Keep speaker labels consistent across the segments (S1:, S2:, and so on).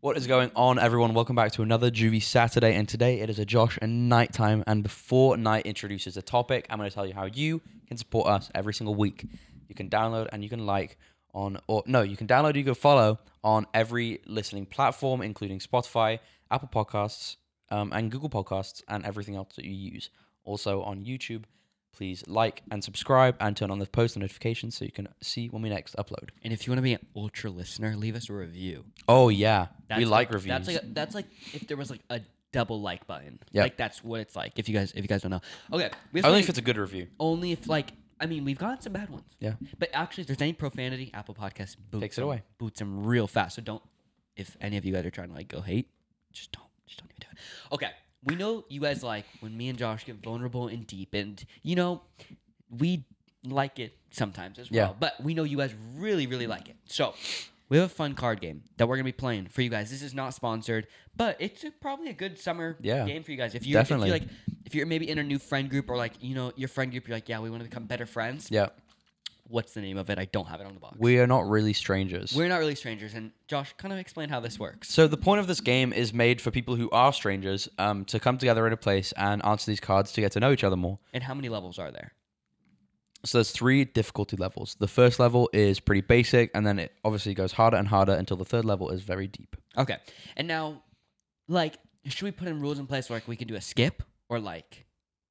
S1: What is going on, everyone? Welcome back to another Juvie Saturday, and today it is a Josh and nighttime. And before night introduces the topic, I'm going to tell you how you can support us every single week. You can download and you can like on, or no, you can download, you can follow on every listening platform, including Spotify, Apple Podcasts, um, and Google Podcasts, and everything else that you use. Also on YouTube, please like and subscribe and turn on the post notifications so you can see when we next upload.
S2: And if you want to be an ultra listener, leave us a review.
S1: Oh yeah, we like, reviews.
S2: That's like that's like if there was like a double like button.
S1: Yep.
S2: Like that's what it's like. If you guys if you guys don't know. Okay. We have
S1: only
S2: something-
S1: if it's a good review.
S2: only if like I mean we've gotten some bad ones.
S1: Yeah.
S2: But actually if there's any profanity, Apple Podcasts boots
S1: Takes it
S2: them-
S1: away.
S2: Boots them real fast. So don't if any of you guys are trying to like go hate, just don't just don't even do it. Okay. We know you guys like when me and Josh get vulnerable and deep and you know, we like it sometimes as well.
S1: Yeah.
S2: But we know you guys really, really like it. So we have a fun card game that we're gonna be playing for you guys. This is not sponsored, but it's a, probably a good summer
S1: Yeah.
S2: game for you guys. If you
S1: Definitely.
S2: if you like if you're maybe in a new friend group or like you know your friend group, you're like, yeah, we want to become better friends.
S1: Yeah.
S2: What's the name of it? I don't have it on the box.
S1: We are not really strangers.
S2: We're not really strangers, and Josh, kind of explain how this works.
S1: so the point of this game is made for people who are strangers um, to come together in a place and answer these cards to get to know each other more.
S2: And how many levels are there?
S1: So there's three difficulty levels. The first level is pretty basic, and then it obviously goes harder and harder until the third level is very deep.
S2: Okay, and now, like, should we put in rules in place where like we can do a skip or like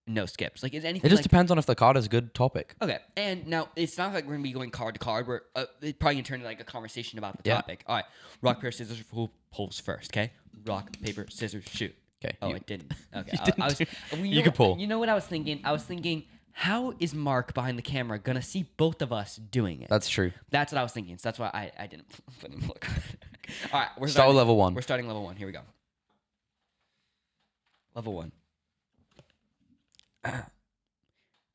S2: no skips? Like, is
S1: It
S2: anything?
S1: just
S2: like-
S1: depends on if the card is a good topic.
S2: Okay, and now it's not like we're gonna be going card to card. We're uh, it's probably gonna turn into like a conversation about the
S1: Yeah.
S2: topic. All right, rock paper scissors who pulls first? Okay, rock paper scissors shoot.
S1: Okay.
S2: Oh,
S1: you-
S2: I didn't. Okay, I,
S1: didn't
S2: I was.
S1: do-
S2: well,
S1: you
S2: know
S1: could
S2: what-
S1: pull.
S2: You know what I was thinking? I was thinking, how is Mark behind the camera gonna see both of us doing it?
S1: that's true.
S2: That's what I was thinking. So that's why I, I didn't put in the look. All right,
S1: Start
S2: we're
S1: with
S2: starting
S1: level one.
S2: We're starting level one. Here we go. Level one.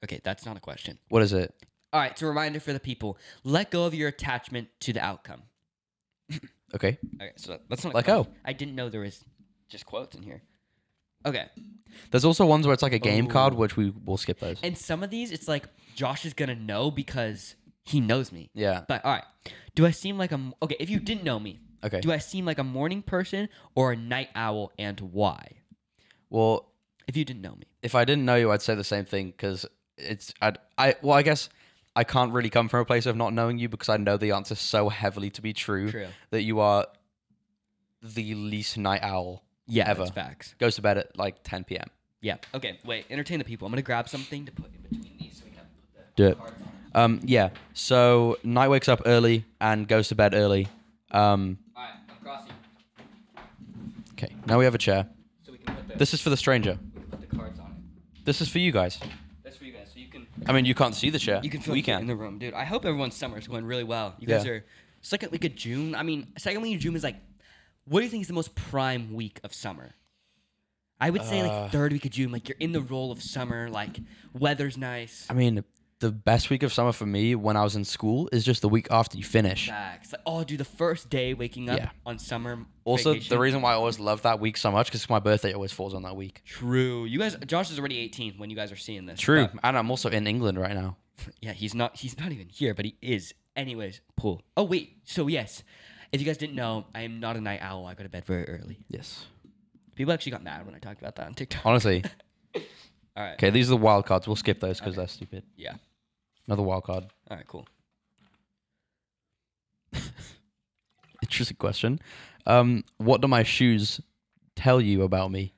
S2: okay, that's not a question.
S1: What is it?
S2: All right, it's a reminder for the people. Let go of your attachment to the outcome.
S1: Okay.
S2: Okay, so that's not a
S1: Let
S2: quote.
S1: go.
S2: I didn't know there was just quotes in here. Okay,
S1: There's also ones where it's like a game
S2: Ooh.
S1: card, which we will skip those.
S2: and some of these, it's like Josh is gonna know because he knows me.
S1: Yeah.
S2: But all right, do I seem like I'm okay? If you didn't know me,
S1: Okay.
S2: do I seem like a morning person or a night owl, and why?
S1: Well,
S2: If you didn't know me,
S1: if I didn't know you, I'd say the same thing because it's I'd, I well I guess I can't really come from a place of not knowing you because I know the answer so heavily to be true,
S2: True.
S1: that you are the least night owl.
S2: yeah,
S1: Ever.
S2: that's facts.
S1: Goes to bed at like 10 p.m.
S2: Yeah. Okay, wait. Entertain the people. I'm gonna grab something to put in between these so we can put the
S1: Do it.
S2: cards on.
S1: Um, yeah. So night wakes up early and goes to bed early. Um,
S2: All right, I'm crossing
S1: okay. Now we have a chair.
S2: so we can put the.
S1: This is for the stranger.
S2: We can put the cards on it.
S1: This is for you guys.
S2: That's for you guys. So you can
S1: I mean, you can't see the chair.
S2: you can feel
S1: we
S2: like you're in
S1: can.
S2: the room, dude. I hope everyone's summer's going really well. You guys
S1: Yeah.
S2: are it's like a, like a June. I mean, second week of June is like what do you think is the most prime week of summer? I would say
S1: Uh,
S2: like third week of June, like you're in the role of summer, like weather's nice.
S1: I mean, the best week of summer for me when I was in school is just the week after you finish.
S2: Facts. Like, oh, dude, the first day waking up
S1: Yeah.
S2: on summer.
S1: Also, the
S2: vacation.
S1: reason why I always love that week so much because my birthday always falls on that week.
S2: true. You guys, Josh is already 18 when you guys are seeing this.
S1: True, and I'm also in England right now.
S2: Yeah, he's not he's not even here, but he is. Anyways, pool. Oh wait, so yes. If you guys didn't know, I am not a night owl. I go to bed very early.
S1: Yes,
S2: People actually got mad when I talked about that on TikTok.
S1: honestly.
S2: All right.
S1: Okay, these are the wild cards. We'll skip those because they're stupid.
S2: Yeah.
S1: Another wild card.
S2: All right, cool.
S1: Interesting question. Um, what do my shoes tell you about me?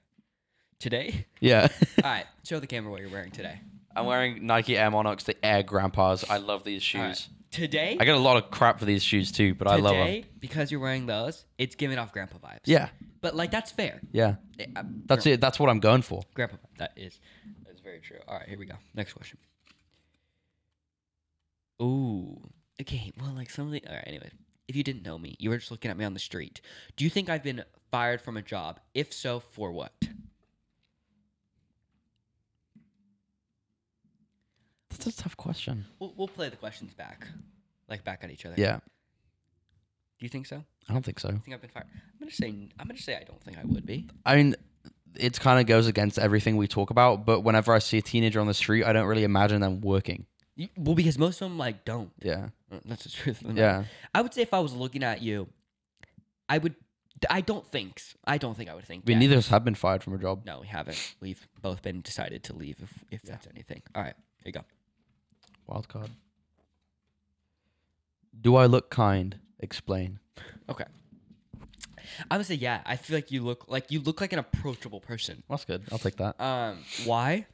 S2: Today?
S1: Yeah,
S2: All right, show the camera what you're wearing today.
S1: I'm wearing Nike Air Monarchs, the Air Grandpas. I love these shoes.
S2: All right. Today?
S1: I get a lot of crap for these shoes too, but I love them.
S2: Today, because you're wearing those, it's giving off grandpa vibes.
S1: Yeah,
S2: But like that's fair.
S1: yeah.
S2: Eh, uh,
S1: That's it. That's what I'm going for.
S2: Grandpa vibe. That is that's very true. All right, here we go. Next question. Ooh. Okay, well like some of the all right, anyway. If you didn't know me, you were just looking at me on the street. Do you think I've been fired from a job? If so, for what?
S1: That's a tough question.
S2: We'll, we'll play the questions back, like back at each other.
S1: Yeah,
S2: Do you think so?
S1: I don't think so.
S2: think I've been fired. I'm gonna say I'm gonna say I don't think I would be.
S1: I mean, it kind of goes against everything we talk about. But whenever I see a teenager on the street, I don't really imagine them working.
S2: You, well, because most of them like don't.
S1: Yeah,
S2: Uh, That's the truth. of the matter.
S1: yeah,
S2: I would say if I was looking at you, I would I don't think. s- I don't think I would think.
S1: I mean,
S2: that.
S1: neither of us have been fired from a job.
S2: No, we haven't. We've both been decided to leave. If, if that's anything. All right. Here you go.
S1: Wild card. Do I look kind? Explain.
S2: Okay. I would say yeah. I feel like you look like you look like an approachable person.
S1: That's good. I'll take that.
S2: Um, why?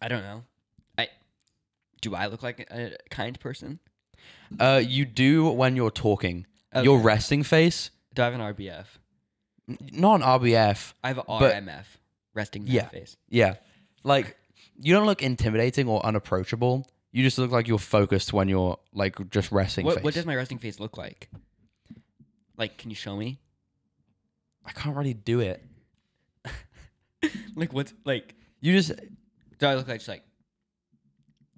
S2: I don't know. I do I look like a kind person?
S1: Uh, you do when you're talking. Your
S2: Okay.
S1: resting face,
S2: Do I have an RBF?
S1: n- not an RBF.
S2: I have a
S1: But-
S2: RMF, resting man
S1: Yeah.
S2: face.
S1: Yeah, like you don't look intimidating or unapproachable. You just look like you're focused when you're like just resting
S2: What,
S1: face.
S2: what does my resting face look like? Like, can you show me?
S1: I can't really do it.
S2: Like, what's like?
S1: You just
S2: Do I look like just like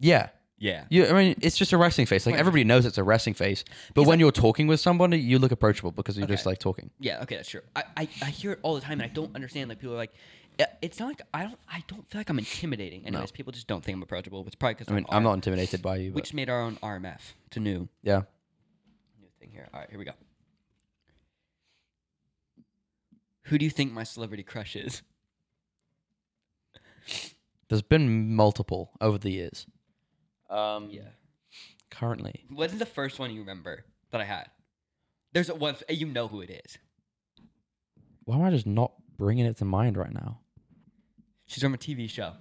S1: yeah.
S2: yeah?
S1: You, I mean, it's just a resting face. Like
S2: Like-
S1: everybody knows it's a resting face, but
S2: Because
S1: when you're talking with somebody, you look approachable because you're just
S2: Okay.
S1: like talking.
S2: Yeah, okay, that's true. I, I, I hear it all the time, and I don't understand. Like people are like, "Uh, it's not like I don't I don't feel like I'm intimidating. Anyways, people just don't think I'm approachable. It's probably because
S1: I mean, I'm not intimidated by you,
S2: We
S1: but
S2: just made our own RMF. It's a new
S1: yeah.
S2: new thing here. All right, here we go. Who do you think my celebrity crush is?
S1: There's been multiple over the years. Um, Currently,
S2: What's the first one you remember that I had? There's a one you know who it is.
S1: why am I just not bringing it to mind right now?
S2: She's from a TV show.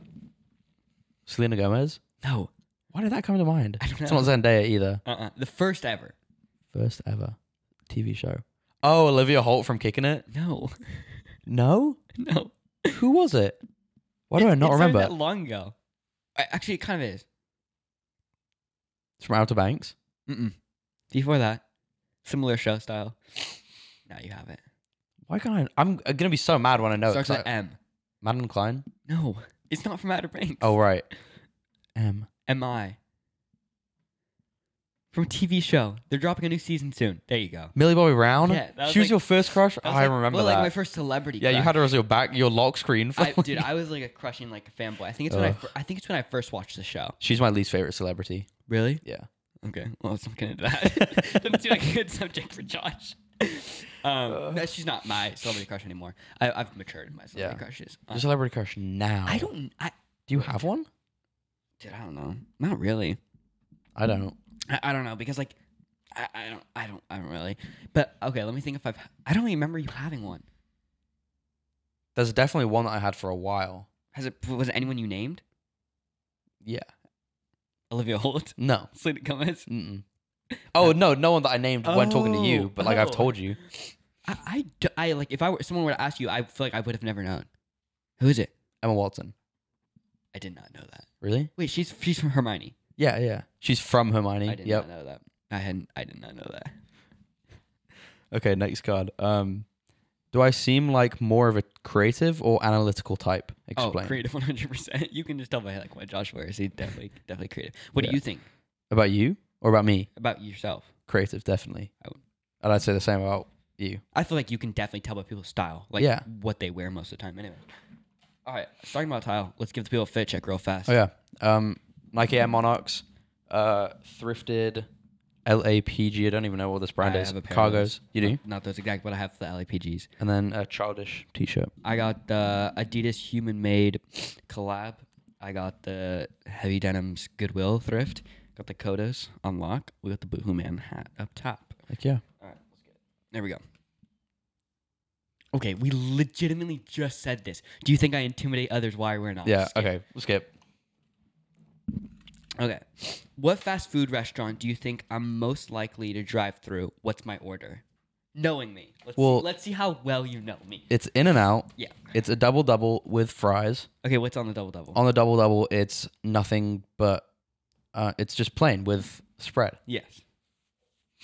S1: Selena Gomez.
S2: No.
S1: Why did that come to mind?
S2: I don't
S1: It's not Zendaya either.
S2: Uh uh The first ever.
S1: First ever TV show. Oh, Olivia Holt from Kicking It.
S2: No.
S1: No,
S2: No.
S1: who was it? Why do
S2: It-
S1: I not
S2: it started
S1: remember?
S2: that long ago. I, actually, it kind of is.
S1: It's from Outer Banks.
S2: Mm-mm. Before that, similar show style. Now you have it.
S1: Why can't I? I'm gonna be so mad when I know. it.
S2: Starts
S1: 'cause
S2: with
S1: I-
S2: M.
S1: Madeline Klein.
S2: No, it's not from Outer Banks.
S1: Oh right. M.
S2: am I? From a TV show. They're dropping a new season soon. There you go.
S1: Millie Bobby Brown.
S2: Yeah, that was
S1: she was
S2: like-
S1: your first crush.
S2: That was
S1: I
S2: like-
S1: remember
S2: well,
S1: that.
S2: Like my first celebrity.
S1: yeah, you
S2: crush.
S1: had her as your back, your lock screen. For
S2: I, dude, I was like a crushing like a fanboy. I think it's when I,
S1: Ugh.
S2: fir- I think it's when I first watched the show.
S1: She's my least favorite celebrity.
S2: Really?
S1: Yeah.
S2: Okay.
S1: Mm.
S2: Well, let's not get into that. Doesn't seem like a good subject for Josh. Um, no, she's not my celebrity crush anymore. I, I've matured in my celebrity
S1: Yeah.
S2: crushes.
S1: Your
S2: Uh,
S1: celebrity crush now.
S2: I don't. I
S1: Do you have one?
S2: dude, I don't know. Not really.
S1: I
S2: Mm.
S1: don't.
S2: I, I don't know because like I, I don't I don't I don't really. But okay, let me think if I've I don't remember you having one.
S1: There's definitely one that I had for a while.
S2: Has it was it anyone you named?
S1: Yeah.
S2: Olivia Holt,
S1: No.
S2: Selena Gomez.
S1: Mm-mm. Oh no, no one that I named when talking to you,
S2: Oh,
S1: but like I've
S2: oh.
S1: told you.
S2: I, I, d- I, like if I were someone were to ask you, I feel like I would have never known. Who is it?
S1: Emma Watson.
S2: I did not know that.
S1: Really?
S2: Wait, she's she's from Hermione.
S1: Yeah, yeah. She's from
S2: I
S1: Hermione.
S2: did
S1: Yep.
S2: not know that. I hadn't. I did not know that.
S1: Okay, next card. Um, do I seem like more of a creative or analytical type? Explain
S2: Oh, creative, one hundred percent. You can just tell by like what Josh wears. He's definitely definitely creative. What
S1: Yeah.
S2: do you think
S1: about you or about me.
S2: about yourself?
S1: Creative, definitely.
S2: I would-
S1: And I'd say the same about you.
S2: I feel like you can definitely tell by people's style, like
S1: Yeah.
S2: what they wear most of the time. Anyway, all right, talking about tile, let's give the people a fit check real fast.
S1: Oh yeah. Um, Nike Air Monarchs, uh, thrifted, LAPG. I don't even know what this brand
S2: I
S1: is.
S2: have a pair of
S1: Cargos.
S2: those.
S1: You do.
S2: Not, not those exact, but I have the LAPGs.
S1: And then a childish T-shirt.
S2: I got the Adidas Human Made collab. I got the Heavy Denims Goodwill thrift. Got the Kodos unlock. We got the Boohoo Man hat up top.
S1: Like yeah.
S2: All right, let's get it. There we go. Okay, we legitimately just said this. Do you think I intimidate others while we're not?
S1: Yeah. Okay. We'll skip.
S2: Okay. What fast food restaurant do you think I'm most likely to drive through? What's my order? Knowing me. Let's,
S1: Well-
S2: see, let's see how well you know me.
S1: It's In and Out.
S2: Yeah.
S1: It's a double double with fries.
S2: Okay, what's on the double double?
S1: On the double double, it's nothing but uh, it's just plain with spread.
S2: yes.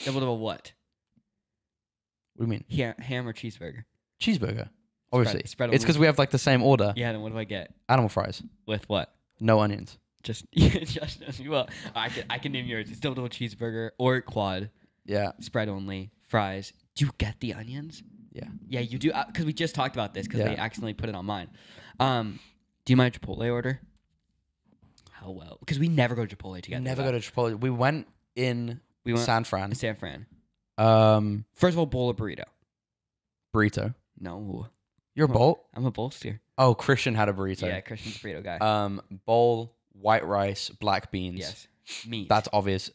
S2: Double double what?
S1: What do you mean?
S2: Ha- ham or cheeseburger?
S1: Cheeseburger. Obviously,
S2: spread
S1: it's because we have like the same order.
S2: Yeah, then what do I get?
S1: Animal fries,
S2: With what?
S1: no onions.
S2: Just Josh knows me well. I can I can name yours. It's double double cheeseburger or quad,
S1: Yeah,
S2: spread only, fries. Do you get the onions?
S1: yeah.
S2: Yeah, you do because we just talked about this because they
S1: Yeah.
S2: accidentally put it on mine. Um, do you mind a Chipotle order? How well? Because we never go to Chipotle together.
S1: Never go to Chipotle. We went in
S2: We went
S1: San Fran,
S2: San Fran.
S1: Um,
S2: First of all, bowl a burrito.
S1: burrito.
S2: No,
S1: Your bowl?
S2: I'm a bolster.
S1: Oh, Christian had a burrito.
S2: yeah, Christian burrito guy.
S1: Um, bowl, white rice, black beans.
S2: yes, meat.
S1: That's obvious.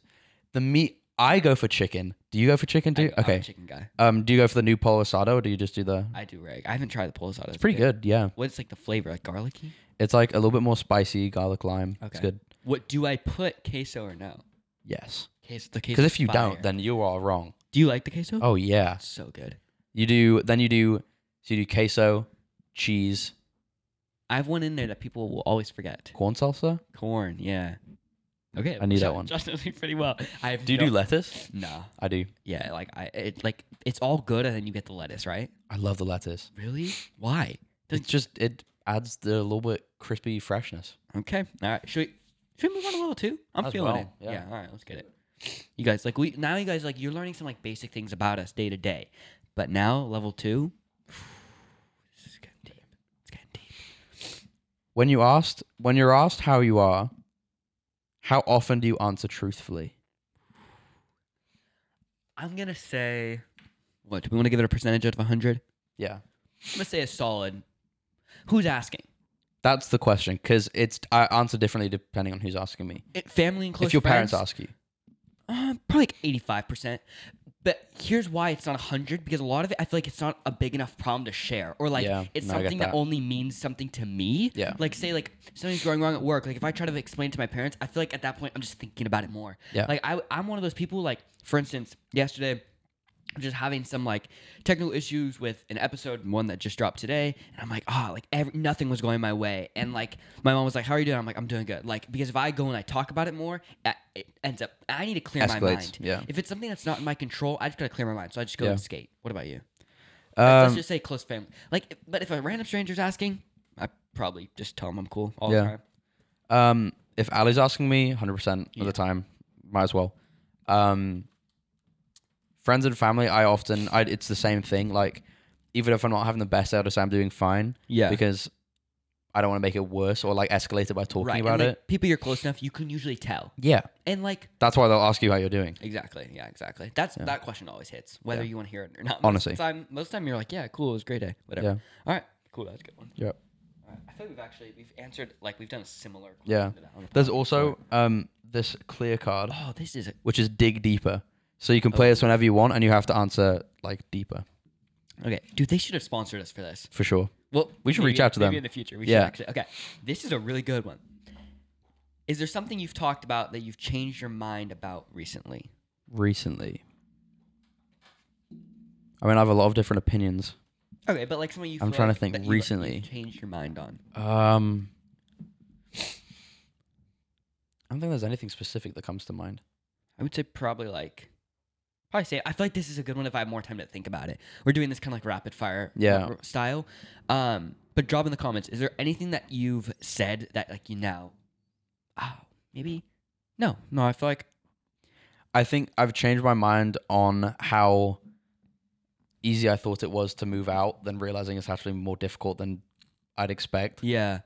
S1: The meat, I go for chicken. Do you go for chicken
S2: I,
S1: too?
S2: I'm a
S1: okay.
S2: chicken guy.
S1: Um, do you go for the new polo asado or do you just do the?
S2: I do reg. I haven't tried the polo sauce.
S1: It's pretty good. Yeah,
S2: What's like the flavor? Like garlicky?
S1: it's like a little bit more spicy, garlic lime. It's
S2: Okay.
S1: good.
S2: What do I put queso or no?
S1: Yes.
S2: Queso. The queso.
S1: Because if you don't, then you are wrong.
S2: do you like the queso?
S1: Oh yeah.
S2: so good.
S1: You do. Then you do. So you do queso, cheese,
S2: I have one in there that people will always forget.
S1: corn salsa.
S2: Corn. Yeah. Okay.
S1: I knew that
S2: Justin-
S1: one.
S2: Justin did pretty well. I have.
S1: Do you
S2: no,
S1: do lettuce?
S2: No.
S1: I do.
S2: Yeah. Like I. It, like it's all good, and then you get the lettuce, right?
S1: I love the lettuce.
S2: Really? Why?
S1: It's just it adds the little bit crispy freshness.
S2: Okay. All right. Should we should we move on a little too? I'm
S1: As
S2: feeling
S1: well,
S2: it.
S1: yeah.
S2: Yeah. All right. Let's get it. You guys like we now. You guys like you're learning some like basic things about us day to day, but now level two. This is getting deep. It's getting deep.
S1: When you asked, when you're asked how you are, how often do you answer truthfully?
S2: I'm gonna say, what do we want to give it a percentage out of 100?
S1: Yeah,
S2: I'm gonna say a solid. Who's asking?
S1: that's the question because it's I answer differently depending on who's asking me.
S2: It, family and close.
S1: if your parents
S2: friends?
S1: ask you,
S2: Uh, probably like eighty-five percent. But here's why it's not hundred because a lot of it, I feel like it's not a big enough problem to share, or like
S1: Yeah,
S2: it's
S1: no, I get
S2: something that.
S1: that.
S2: only means something to me.
S1: Yeah.
S2: Like say like something's going wrong at work. Like if I try to explain it to my parents, I feel like at that point I'm just thinking about it more.
S1: Yeah.
S2: Like I, I'm one of those people. Like for instance, yesterday. I'm just having some like technical issues with an episode, one that just dropped today, and I'm like, ah, like every, nothing was going my way, and like my mom was like, "How are you doing?" I'm like, "I'm doing good." Like because if I go and I talk about it more, I- it ends up I need to clear my
S1: Escalates,
S2: mind.
S1: yeah.
S2: If it's something that's not in my control, I just gotta clear my mind. So I just go
S1: Yeah.
S2: and skate. What about you? Let's
S1: um,
S2: just say close family. Like, if- but if a random stranger's asking, I probably just tell them I'm cool all
S1: Yeah.
S2: the time.
S1: um, if Ali's asking me, hundred percent of
S2: Yeah.
S1: the time, might as well. Um, friends and family, I often, I, it's the same thing. Like, even if I'm not having the best day, I'll just say I'm doing fine.
S2: Yeah.
S1: because I don't want to make it worse or like escalate it by talking
S2: right.
S1: about
S2: and,
S1: it.
S2: like, People you're close enough, you can usually tell.
S1: Yeah,
S2: And like,
S1: that's why they'll ask you how you're doing.
S2: exactly, yeah, exactly. That's that question always hits, whether you want to hear it or not. Most
S1: Honestly.
S2: time, most time you're like, yeah, cool, it was a great day, whatever.
S1: Yeah.
S2: All right, cool, that's a good one.
S1: Yeah.
S2: All right. I feel we've actually we've answered like we've done a similar. question
S1: Yeah.
S2: to that on the
S1: There's
S2: podcast.
S1: also um this clear card
S2: oh, this is a,
S1: which is dig deeper. So you can play this whenever you want and you have to answer like deeper
S2: okay, dude. They should have sponsored us for this.
S1: for sure.
S2: Well,
S1: We should
S2: maybe-
S1: reach out to them.
S2: maybe in the future. We
S1: Yeah.
S2: should actually. Okay, this is a really good one. Is there something you've talked about that you've changed your mind about recently?
S1: Recently. I mean, I have a lot of different opinions.
S2: Okay, but like something you.
S1: I'm
S2: feel
S1: trying to
S2: like
S1: think
S2: that you, like,
S1: recently.
S2: you've changed your mind on.
S1: Um I don't think there's anything specific that comes to mind.
S2: I would say probably like. Probably say I feel like this is a good one if I have more time to think about it. We're doing this kind of like rapid fire
S1: Yeah.
S2: r- style. Um, but drop in the comments. Is there anything that you've said that like you now? Oh, maybe. No, no. I feel like
S1: I think I've changed my mind on how easy I thought it was to move out, then realizing it's actually more difficult than I'd expect.
S2: Yeah.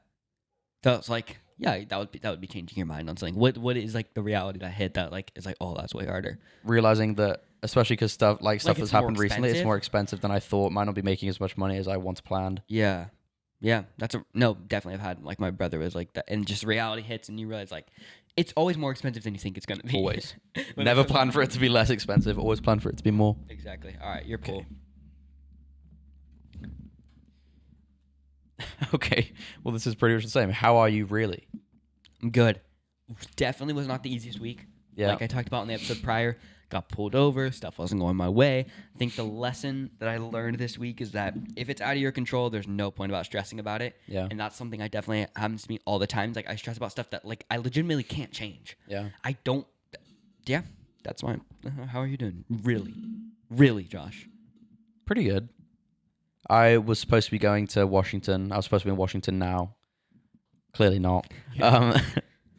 S2: That was like yeah, that would be that would be changing your mind on something. What what is like the reality that hit that like is like, oh that's way harder.
S1: Realizing that, especially because stuff like stuff
S2: Like,
S1: that's
S2: it's more
S1: happened recently, it's
S2: expensive?
S1: more expensive than I thought. Might not be making as much money as I once planned.
S2: Yeah. Yeah. That's a no, definitely I've had like my brother was like that and just reality hits and you realize like it's always more expensive than you think it's gonna be.
S1: Always.
S2: When it
S1: Never
S2: comes-
S1: plan for it to be less expensive. Always plan for it to be more.
S2: Exactly. All right, you're cool.
S1: okay. Well, this is pretty much the same. How are you really?
S2: I'm good. Definitely was not the easiest week.
S1: Yeah.
S2: Like I talked about in the episode prior, got pulled over, stuff wasn't going my way. I think the lesson that I learned this week is that if it's out of your control, there's no point about stressing about it.
S1: Yeah.
S2: And that's something I definitely happens to me all the time. It's Like I stress about stuff that like I legitimately can't change.
S1: Yeah.
S2: I don't Yeah, that's why. uh, How are you doing? Really? Really, Josh?
S1: Pretty good. I was supposed to be going to Washington. I was supposed to be in Washington now. Clearly not. Um,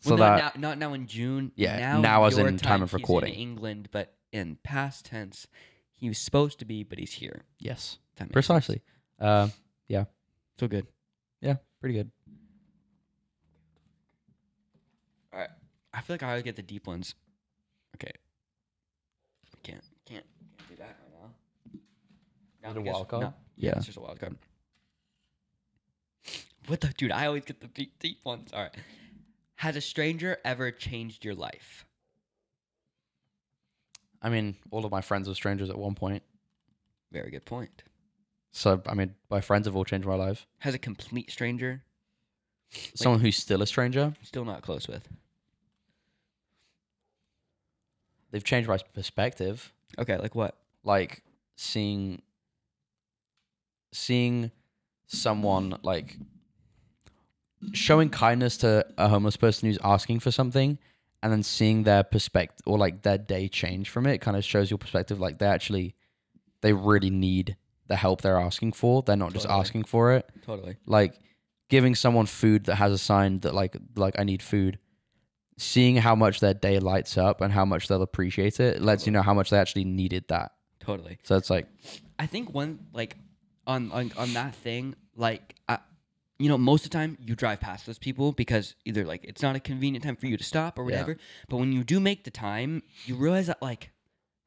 S1: so
S2: well, not
S1: that
S2: now, not now in June.
S1: Yeah, now as
S2: your
S1: in time of
S2: he's in
S1: recording.
S2: England, but in past tense, he was supposed to be, but he's here.
S1: yes,
S2: That makes
S1: precisely. Uh,
S2: sense. So good.
S1: yeah, pretty good.
S2: All right. I feel like I always get the deep ones. Okay. I can't, can't, can't do
S1: Is it a wild card?
S2: No.
S1: Yeah.
S2: Yeah, it's just a wild card. What the dude? I always get the deep, deep ones. All right. Has a stranger ever changed your life?
S1: I mean, all of my friends were strangers at one point.
S2: Very good point.
S1: So, I mean, my friends have all changed my life.
S2: Has a complete stranger?
S1: Someone who's still a stranger,
S2: Still not close with.
S1: they've changed my perspective.
S2: Okay, like what?
S1: Like seeing, seeing someone like showing kindness to a homeless person who's asking for something, and then seeing their perspective or like their day change from it kind of shows your perspective. Like they actually, they really need the help they're asking for. They're not just
S2: Totally.
S1: asking for it.
S2: Totally.
S1: like giving someone food that has a sign that like like I need food, seeing how much their day lights up and how much they'll appreciate it, it lets you know how much they actually needed that.
S2: Totally.
S1: So it's like
S2: I think one like on on, on that thing, like I, you know, most of the time you drive past those people because either like it's not a convenient time for you to stop or whatever. But when you do make the time, you realize that like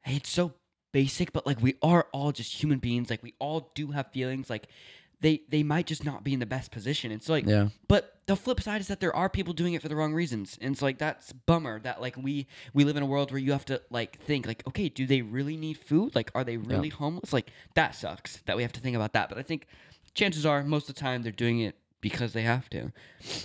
S2: hey, it's so basic, but like we are all just human beings. Like we all do have feelings. Like they they might just not be in the best position. It's like
S1: yeah,
S2: but the flip side is that there are people doing it for the wrong reasons. And it's like that's a bummer that like we we live in a world where you have to like think like okay, do they really need food? Like are they really homeless? Like that sucks that we have to think about that. But I think chances are most of the time they're doing it because they have to.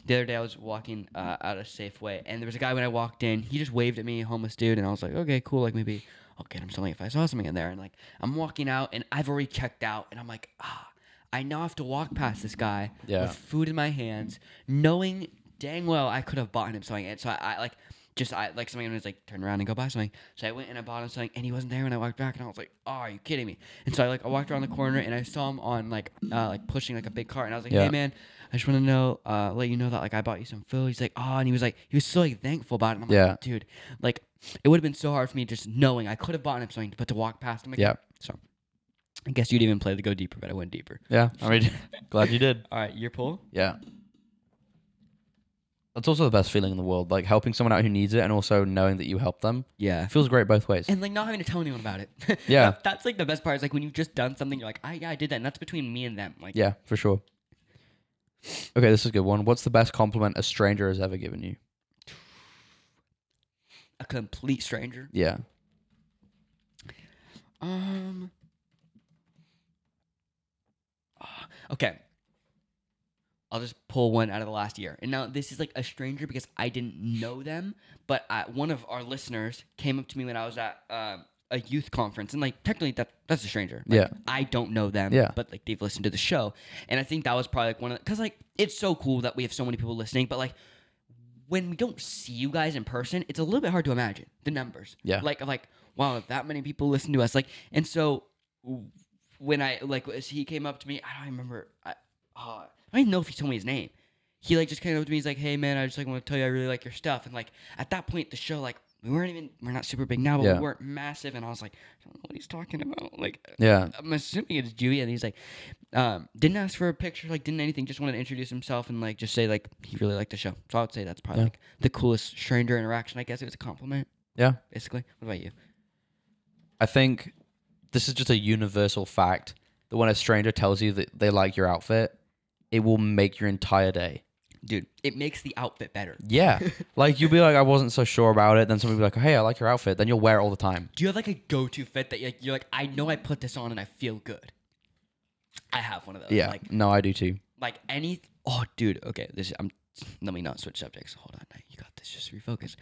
S2: The other day I was walking uh, out of Safeway and there was a guy when I walked in, he just waved at me, homeless dude, and I was like, okay, cool, like maybe I'll get him something if I saw something in there. And like I'm walking out and I've already checked out and I'm like, ah, I now have to walk past this guy
S1: Yeah.
S2: with food in my hands, knowing dang well I could have bought him something. And so I, I like just I like something and was like turn around and go buy something. So I went and I bought him something, and he wasn't there when I walked back, and I was like, "Oh, are you kidding me?" And so I like I walked around the corner and I saw him on like uh, like pushing like a big cart, and I was like,
S1: Yeah.
S2: "Hey man, I just want to know, uh, let you know that like I bought you some food." He's like, "Oh," and he was like he was so like thankful about it. And I'm
S1: Yeah.
S2: like, dude, like it would have been so hard for me just knowing I could have bought him something, but to walk past him again.
S1: Yeah.
S2: So I guess you'd even play the go deeper, but I went deeper.
S1: yeah. I mean, glad you did.
S2: All right, your pull.
S1: Yeah, that's also the best feeling in the world. Like helping someone out who needs it, and also knowing that you helped them.
S2: Yeah.
S1: It feels great both ways.
S2: and like not having to tell anyone about it.
S1: Yeah.
S2: That- that's like the best part. Is like when you've just done something, you're like, I yeah, I did that, and that's between me and them. Like,
S1: Yeah, for sure. Okay, this is a good one. What's the best compliment a stranger has ever given you?
S2: a complete stranger.
S1: Yeah,
S2: Um. ah, Okay. I'll just pull one out of the last year. And now this is like a stranger because I didn't know them, but I, one of our listeners came up to me when I was at um, a youth conference, and like technically that that's a stranger. Like,
S1: Yeah.
S2: I don't know them.
S1: Yeah.
S2: but like they've listened to the show, and I think that was probably like one of because like it's so cool that we have so many people listening, but like when we don't see you guys in person, it's a little bit hard to imagine the numbers.
S1: Yeah.
S2: Like I'm like, wow, if that many people listen to us. Like, and so w- when I like as he came up to me, I don't remember. I, uh, I don't even know if he told me his name. He like just came up to me. He's like, hey man, I just like want to tell you I really like your stuff. And like at that point, the show like we weren't even we're not super big now, but
S1: Yeah.
S2: we weren't massive. And I was like, I don't know what he's talking about. Like
S1: yeah,
S2: I'm assuming it's Dewey, and he's like, um, didn't ask for a picture, like didn't anything, just wanted to introduce himself and like just say like he really liked the show. So I would say that's probably
S1: Yeah.
S2: like the coolest stranger interaction. I guess it was a compliment,
S1: yeah.
S2: basically. What about you?
S1: I think this is just a universal fact that when a stranger tells you that they like your outfit, it will make your entire day.
S2: Dude, it makes the outfit better.
S1: Yeah. like you'll be like, I wasn't so sure about it. Then somebody will be like, hey, I like your outfit. Then you'll wear it all the time.
S2: Do you have like a go-to fit that you're like, you're like I know I put this on and I feel good. I have one of those.
S1: Yeah.
S2: Like
S1: no, I do too.
S2: like any oh dude okay this i'm let me not switch subjects hold on no, you got this just refocus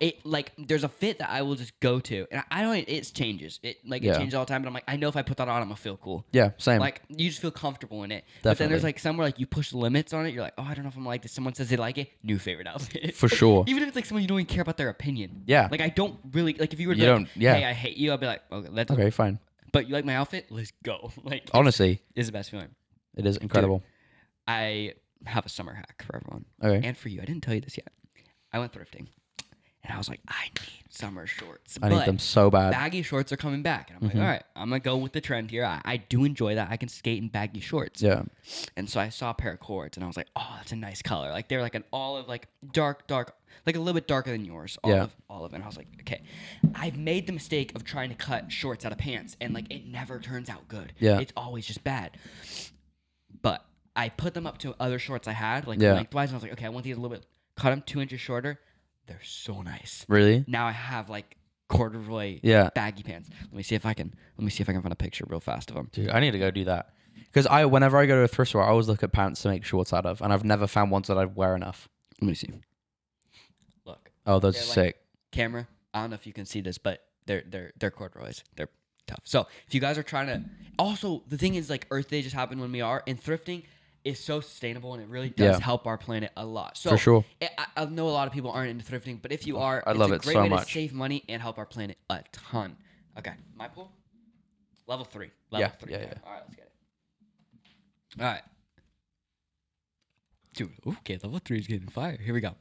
S2: it like there's a fit that i will just go to and i, I don't it changes it like
S1: Yeah.
S2: it changes all the time but i'm like i know if i put that on i'm gonna feel cool
S1: Yeah. Same.
S2: like you just feel comfortable in it but then there's
S1: Definitely.
S2: like somewhere like you push the limits on it you're like oh i don't know if i'm like this someone says they like it new favorite outfit
S1: For sure.
S2: even if it's like someone you don't even care about their opinion
S1: Yeah.
S2: like i don't really like if you were to
S1: You
S2: be like,
S1: don't- yeah.
S2: hey i hate you i'd be like okay that's okay
S1: okay, fine.
S2: but you like my outfit let's go like
S1: Honestly,
S2: is the best feeling
S1: it is incredible.
S2: I have a summer hack for everyone
S1: Okay.
S2: and for you. I didn't tell you this yet. I went thrifting. And And I was like, I need summer shorts.
S1: I need
S2: But
S1: them so bad. Mm-hmm.
S2: Baggy shorts are coming back. And I'm like, all right, I'm going to go with the trend here. I, I do enjoy that. I can skate in baggy shorts.
S1: yeah.
S2: And so I saw a pair of cords and I was like, oh, that's a nice color. Like they're like an olive, like dark, dark, like a little bit darker than yours.
S1: Yeah.
S2: Olive, olive. And I was like, okay. I've made the mistake of trying to cut shorts out of pants and like it never turns out good.
S1: Yeah.
S2: It's always just bad. But I put them up to other shorts I had, like
S1: Yeah.
S2: lengthwise. And I was like, okay, I want these a little bit, cut them two inches shorter. They're so nice.
S1: Really?
S2: Now I have like corduroy
S1: Yeah.
S2: baggy pants. Let me see if I can, let me see if I can find a picture real fast of them.
S1: Dude, I need to go do that. Because I, whenever I go to a thrift store, I always look at pants to make shorts out of, and I've never found ones that I'd wear enough.
S2: Let me see. Look.
S1: Oh, those
S2: They're
S1: are
S2: like-
S1: sick.
S2: camera. I don't know if you can see this, but they're they're they're corduroys. They're tough. So if you guys are trying to, also the thing is like Earth Day just happened when we are, and thrifting is so sustainable and it really does
S1: Yeah.
S2: help our planet a lot. So
S1: For sure.
S2: I- I, I know a lot of people aren't into thrifting, but if you are,
S1: I
S2: it's
S1: love
S2: a
S1: it
S2: great
S1: so
S2: way
S1: much.
S2: to save money and help our planet a ton. Okay, my pool, level three, level
S1: Yeah,
S2: three.
S1: yeah, yeah.
S2: All right, let's get it. All right. Dude, okay, level three is getting fire. Here we go.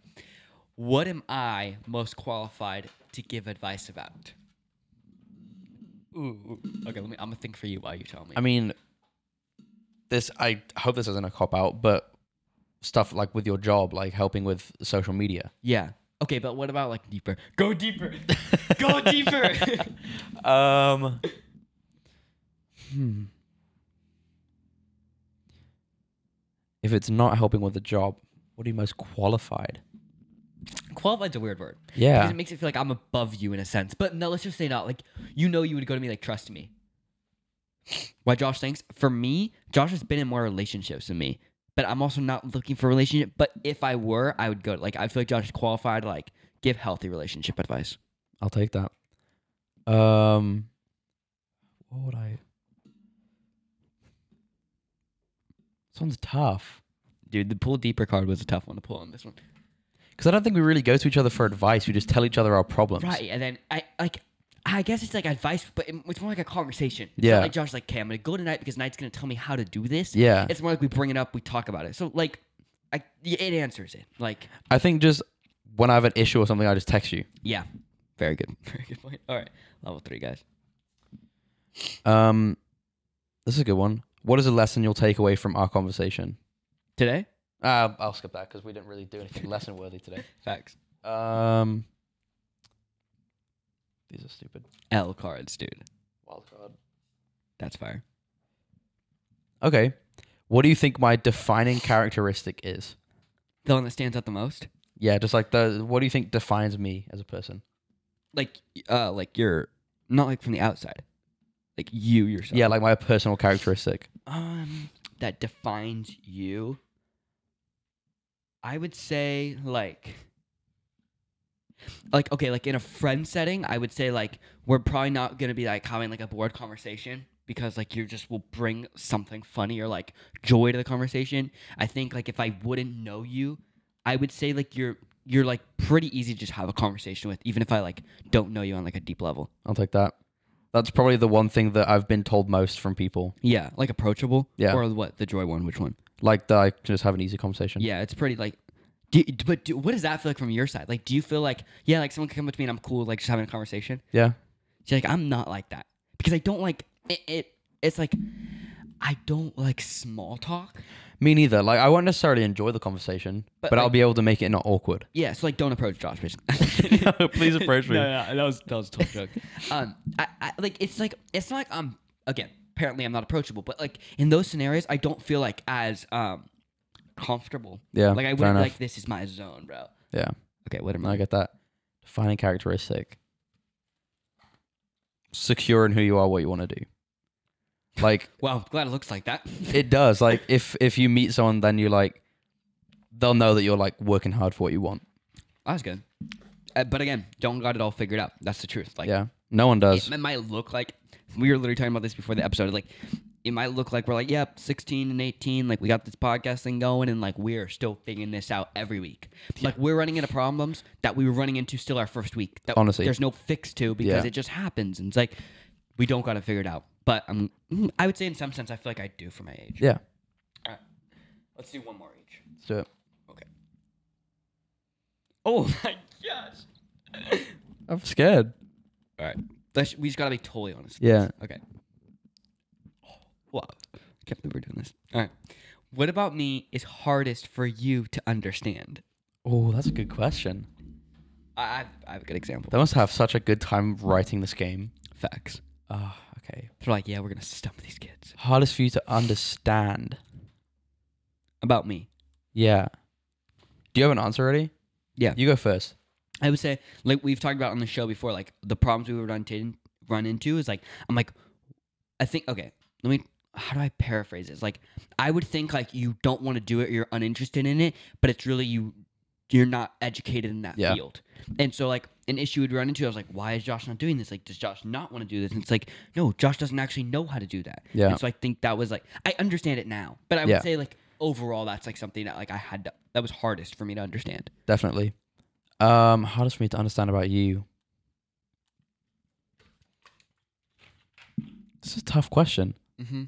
S2: What am I most qualified to give advice about? Ooh, okay. Let me. I'm gonna think for you while you tell me.
S1: I mean, this. I hope this isn't a cop out, but stuff like with your job, like helping with social media.
S2: yeah. Okay, but what about like deeper? Go deeper. Go deeper.
S1: Um. Hmm. If it's not helping with the job, what are you most qualified?
S2: Qualified's a weird word.
S1: Yeah.
S2: Because it makes it feel like I'm above you in a sense. But no, let's just say not. Like you know, you would go to me like, trust me. Why Josh? Thanks for me. Josh has been in more relationships than me, but I'm also not looking for a relationship. But if I were, I would go. Like I feel like Josh is qualified. to, Like give healthy relationship advice.
S1: I'll take that. Um, what would I? This one's tough
S2: Dude, the pull deeper card was a tough one to pull on this one.
S1: because I don't think we really go to each other for advice. We just tell each other our problems.
S2: Right, and then I like. I guess it's like advice, but it- it's more like a conversation. It's not
S1: Yeah.
S2: like Josh's like, okay, I'm gonna go tonight because night's gonna tell me how to do this.
S1: Yeah.
S2: It's more like we bring it up, we talk about it. So like, I, yeah, it answers it. Like,
S1: I think just when I have an issue or something, I just text you.
S2: yeah, very good, very good point. All right, level three guys.
S1: Um, this is a good one. What is a lesson you'll take away from our conversation?
S2: Today,
S1: Uh, I'll skip that because we didn't really do anything lesson worthy today.
S2: facts.
S1: Um, these are stupid.
S2: L cards, dude.
S1: Wild card.
S2: That's fire.
S1: Okay. What do you think my defining characteristic is?
S2: The one that stands out the most,
S1: Yeah, just like the what do you think defines me as a person?
S2: like, uh, like you're not like from the outside, like you yourself.
S1: Yeah, like my personal characteristic.
S2: um that defines you i would say like like okay like in a friend setting i would say like we're probably not gonna be like having like a bored conversation because like you just will bring something funny or like joy to the conversation i think like if i wouldn't know you i would say like you're you're like pretty easy to just have a conversation with even if i like don't know you on like a deep level
S1: I'll take that. That's probably the one thing that I've been told most from people.
S2: yeah like approachable
S1: Yeah.
S2: or what the joy one which one
S1: Like that I can just have an easy conversation.
S2: Yeah, it's pretty like. Do, but do, what does that feel like from your side? Like, do you feel like yeah, like someone can come up to me and I'm cool, like just having a conversation?
S1: Yeah.
S2: She's like, I'm not like that because I don't like it. it it's like I don't like small talk.
S1: Me neither. Like I won't necessarily enjoy the conversation, but,
S2: But,
S1: I'll
S2: like-
S1: be able to make it not awkward.
S2: Yeah, so like, don't approach Josh, please.
S1: No, please approach me.
S2: no, that was that was a total joke. um, I, I like it's like it's not like I'm again. Apparently, I'm not approachable, but like in those scenarios, I don't feel like as um comfortable.
S1: Yeah,
S2: like
S1: fair
S2: I wouldn't be
S1: enough.
S2: like this is my zone, bro.
S1: Yeah.
S2: Okay, what am
S1: No, I
S2: I?
S1: get that. Defining characteristic. Secure in who you are, what you want to do. Like
S2: Wow, glad it looks like that.
S1: it does. Like if if you meet someone then you like they'll know that you're like working hard for what you want.
S2: That's good. Uh, but again, don't got it all figured out. That's the truth. Like,
S1: Yeah. No one does.
S2: it, it might look like we were literally talking about this before the episode. Like, it might look like we're like, yep, 16 and 18. Like, we got this podcast thing going, and like, we're still figuring this out every week. Like, we're running into problems that we were running into still our first week. That
S1: Honestly.
S2: there's no fix to because
S1: Yeah.
S2: it just happens. And it's like, we don't got it figured out. But I'm, mm, I would say in some sense, I feel like I do for my age.
S1: Yeah.
S2: All right. Let's do one more each.
S1: Let's do it.
S2: Okay. Oh my gosh.
S1: I'm scared.
S2: All right. Let's, we just gotta be totally honest.
S1: Yeah.
S2: Okay. Wow. Can't believe we're doing this. All right. What about me is hardest for you to understand?
S1: Oh, that's a good question.
S2: I, I've- I have a good example.
S1: They must have such a good time writing this game.
S2: Facts.
S1: Ah, okay.
S2: They're like, yeah, we're gonna stump these kids.
S1: Hardest for you to understand.
S2: About me.
S1: Yeah. Do you have an answer already?
S2: Yeah.
S1: You go first.
S2: I would say, like we've talked about on the show before, like the problems we would run, tin run into is like, I'm like, I think, okay, let me, how do I paraphrase this? Like, I would think like you don't want to do it, or you're uninterested in it, but it's really you, you're not educated in that
S1: Yeah.
S2: field. And so, like, an issue we'd run into, I was like, why is Josh not doing this? Like, does Josh not want to do this? And it's like, no, Josh doesn't actually know how to do that.
S1: Yeah.
S2: And so I think that was like, I understand it now, but I would
S1: Yeah.
S2: say like overall, that's like something that like I had to, that was hardest for me to understand.
S1: Definitely. Um, hardest for me to understand about you. This is a tough question.
S2: Mm-hmm.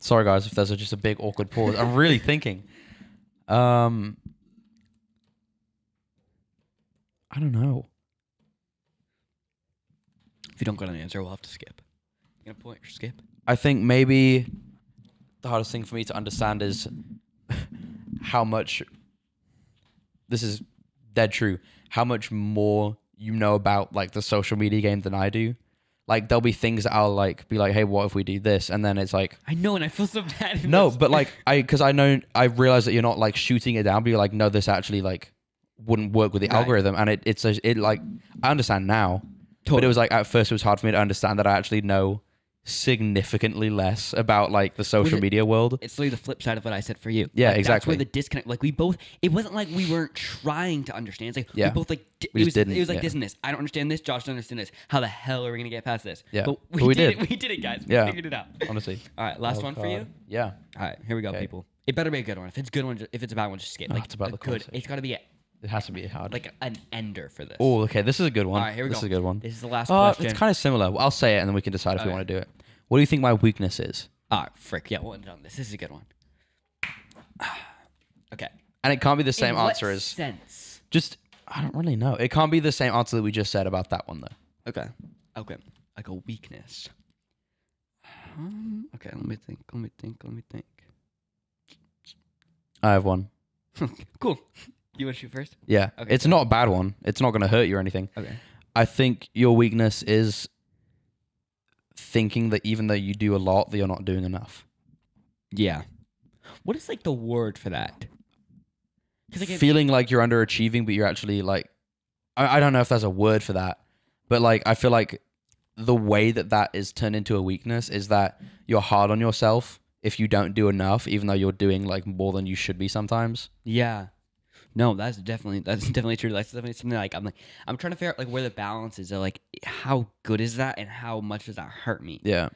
S1: Sorry guys if there's a, just a big awkward pause. I'm really thinking. Um I don't know.
S2: If you don't got an answer, we'll have to skip. You gonna point or skip?
S1: I think maybe the hardest thing for me to understand is how much this is dead true. How much more you know about like the social media game than I do. Like there'll be things that I'll like be like, hey, what if we do this? And then it's like
S2: I know, and I feel so bad. in
S1: no,
S2: this.
S1: but like I because I know I realize that you're not like shooting it down, but you're like, no, this actually like wouldn't work with the
S2: Right.
S1: algorithm, and it it's a- it like I understand now, but
S2: Totally.
S1: it was like at first it was hard for me to understand that I actually know significantly less about like the social
S2: it-
S1: media world.
S2: it's literally the flip side of what I said for you.
S1: Yeah,
S2: Like, That's where
S1: exactly.
S2: the disconnect. Like we both, it wasn't like we weren't trying to understand. It's like
S1: Yeah.
S2: we both like di-
S1: We
S2: it
S1: just
S2: was,
S1: didn't,
S2: It was like
S1: yeah.
S2: this and this. I don't understand this. Josh doesn't understand this. How the hell are we gonna get past this?
S1: Yeah.
S2: but we,
S1: But we
S2: did,
S1: did.
S2: it. We did it, guys. We
S1: Yeah.
S2: figured it out.
S1: Honestly,
S2: All right, last
S1: one
S2: one for you.
S1: Yeah,
S2: All right, here we go,
S1: Okay.
S2: people. It better be a good one. If it's a good one, ju- if it's a bad one, just skip. Like
S1: it's about
S2: a
S1: the
S2: good.
S1: conversation.
S2: It's gotta be a,
S1: it has to be hard.
S2: like an ender for this.
S1: oh, okay, this is a good one.
S2: All right, here we
S1: this
S2: go.
S1: is a good one.
S2: This is the last
S1: Uh,
S2: question.
S1: it's kind of similar. I'll say it, and then we can decide if we
S2: Okay.
S1: want to do it. What do you think my weakness is?
S2: Ah, frick. Yeah, we'll end it on this. This is a good one. okay.
S1: And it can't be the same
S2: In what
S1: answer as
S2: sense.
S1: just. I don't really know. It can't be the same answer that we just said about that one though.
S2: Okay. Okay. Like a weakness. Um, okay, let me think. Let me think. Let me think.
S1: I have one.
S2: cool. You want to shoot first?
S1: Yeah.
S2: Okay,
S1: it's not a bad one. It's not going to hurt you or anything.
S2: Okay.
S1: I think your weakness is thinking that even though you do a lot, that you're not doing enough.
S2: Yeah. What is like the word for that? Because like, it-
S1: Feeling like you're underachieving, but you're actually like, I, I don't know if there's a word for that, but like, I feel like the way that that is turned into a weakness is that you're hard on yourself if you don't do enough, even though you're doing like more than you should be sometimes.
S2: yeah. No, that's definitely that's definitely true. That's definitely something like I'm like I'm trying to figure out like where the balance is. Of, like how good is that and how much does that hurt me?
S1: Yeah.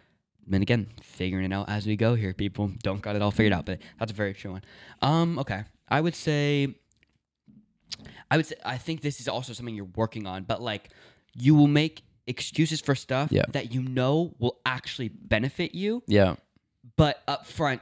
S2: then again, figuring it out as we go here, people. Don't got it all figured out, but that's a very true one. Um, okay. I would say I would say I think this is also something you're working on, but like you will make excuses for stuff
S1: Yeah.
S2: that you know will actually benefit you,
S1: Yeah.
S2: but up front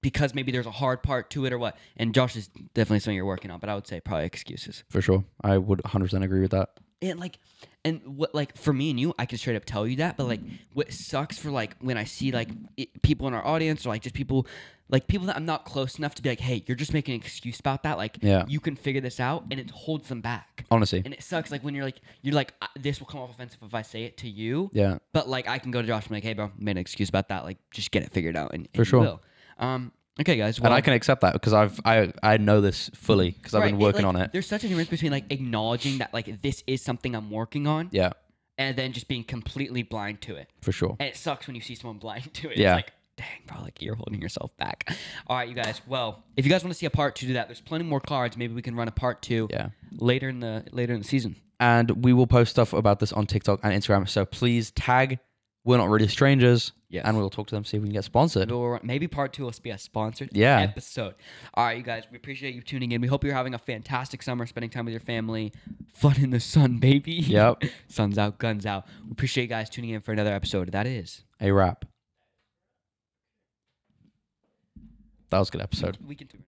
S2: because maybe there's a hard part to it or what. And Josh is definitely something you're working on, but I would say probably excuses
S1: For sure. I would 100% agree with that.
S2: and like and what like for me and you i can straight up tell you that but like what sucks for like when i see like it, people in our audience or like just people like people that i'm not close enough to be like hey you're just making an excuse about that like
S1: Yeah.
S2: you can figure this out and it holds them back
S1: Honestly.
S2: and it sucks like when you're like you're like "I- this will come off offensive if i say it to you
S1: yeah.
S2: but like I can go to Josh and be like, hey bro, made an excuse about that. Like just get it figured out and, and
S1: For
S2: you
S1: sure.
S2: will. Um okay guys.
S1: and
S2: well-
S1: I can accept that because I've I I know this fully because I've been
S2: Right,
S1: working
S2: like,
S1: on it.
S2: There's such a difference between like acknowledging that like this is something I'm working on
S1: Yeah,
S2: and then just being completely blind to it.
S1: for sure.
S2: And it sucks when you see someone blind to it.
S1: Yeah.
S2: It's like, dang, bro, like you're holding yourself back. All right, you guys. Well, if you guys want to see a part two to that, there's plenty more cards. Maybe we can run a part two
S1: Yeah.
S2: later in the later in the season.
S1: And we will post stuff about this on TikTok and Instagram. So please tag We're Not Really Strangers.
S2: Yes.
S1: And we'll talk to them, see if we can get sponsored.
S2: Maybe, we'll run- maybe part two will be a sponsored
S1: Yeah.
S2: episode. All right, you guys, we appreciate you tuning in. We hope you're having a fantastic summer, spending time with your family, fun in the sun, baby.
S1: Yep.
S2: Sun's out, guns out. We appreciate you guys tuning in for another episode. That is
S1: A wrap.
S3: that was a good episode.
S1: We can do it.